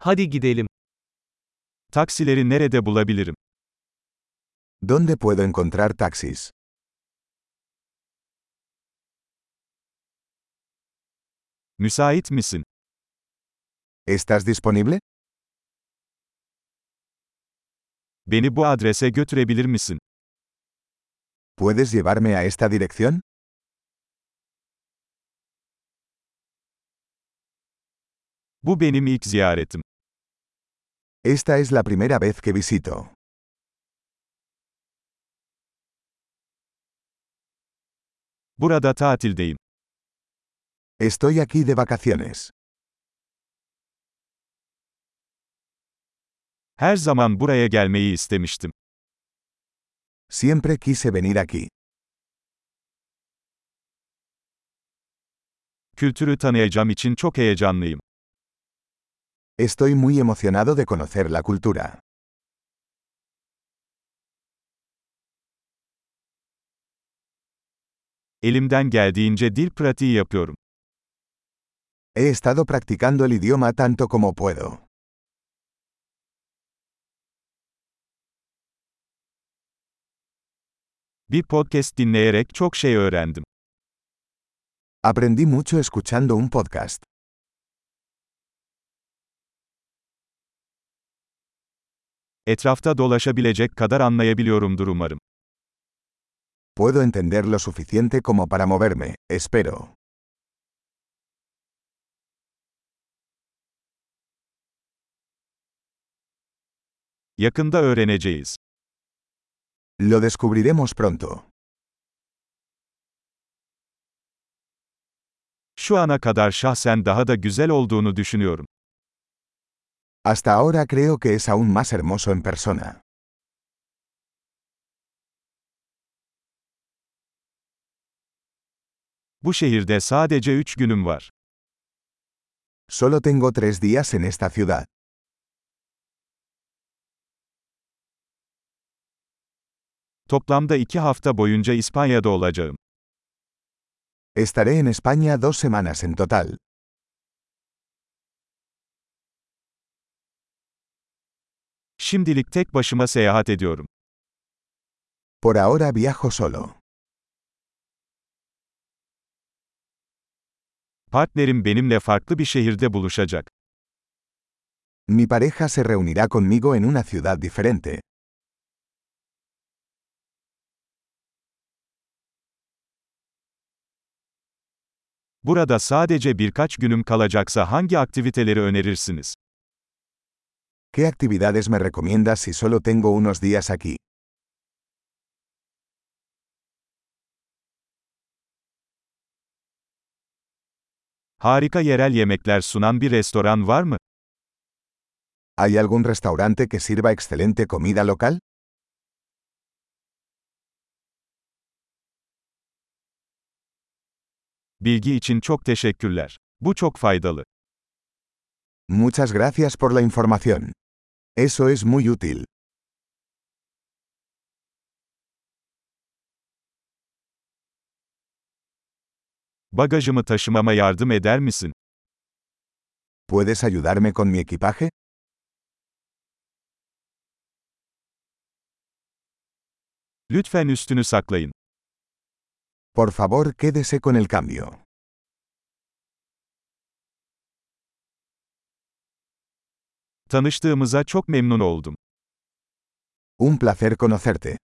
Hadi gidelim. Taksileri nerede bulabilirim? ¿Dónde puedo encontrar taxis? Müsait misin? ¿Estás disponible? Beni bu adrese götürebilir misin? ¿Puedes llevarme a esta dirección? Bu benim ilk ziyaretim. Esta es la primera vez que visito. Burada tatildeyim. Estoy aquí de vacaciones. Her zaman buraya gelmeyi istemiştim. Siempre quise venir aquí. Kültürü tanıyacağım için çok heyecanlıyım. Estoy muy emocionado de conocer la cultura. Elimden geldiğince dil pratiği yapıyorum. He estado practicando el idioma tanto como puedo. Bir podcast dinleyerek çok şey öğrendim. Aprendí mucho escuchando un podcast. Etrafta dolaşabilecek kadar anlayabiliyorumdur umarım. Puedo entender lo suficiente como para moverme, espero. Yakında öğreneceğiz. Lo descubriremos pronto. Şu ana kadar şahsen daha da güzel olduğunu düşünüyorum. Hasta ahora creo que es aún más hermoso en persona. Bu şehirde sadece 3 günüm var. Solo tengo tres días en esta ciudad. Toplamda 2 hafta boyunca İspanya'da olacağım. Estaré en España dos semanas en total. Şimdilik tek başıma seyahat ediyorum. Por ahora viajo solo. Partnerim benimle farklı bir şehirde buluşacak. Mi pareja se reunirá conmigo en una ciudad diferente. Burada sadece birkaç günüm kalacaksa hangi aktiviteleri önerirsiniz? ¿Qué actividades me recomiendas si solo tengo unos días aquí? Harika yerel yemekler sunan bir restoran var mı? ¿Hay algún restaurante que sirva excelente comida local? Bilgi için çok teşekkürler. Bu çok faydalı. Muchas gracias por la información. Eso es muy útil. Bagajımı taşımama yardım eder misin? ¿Puedes ayudarme con mi equipaje? Lütfen üstünü saklayın. Por favor, quédese con el cambio. Tanıştığımıza çok memnun oldum. Un placer conocerte.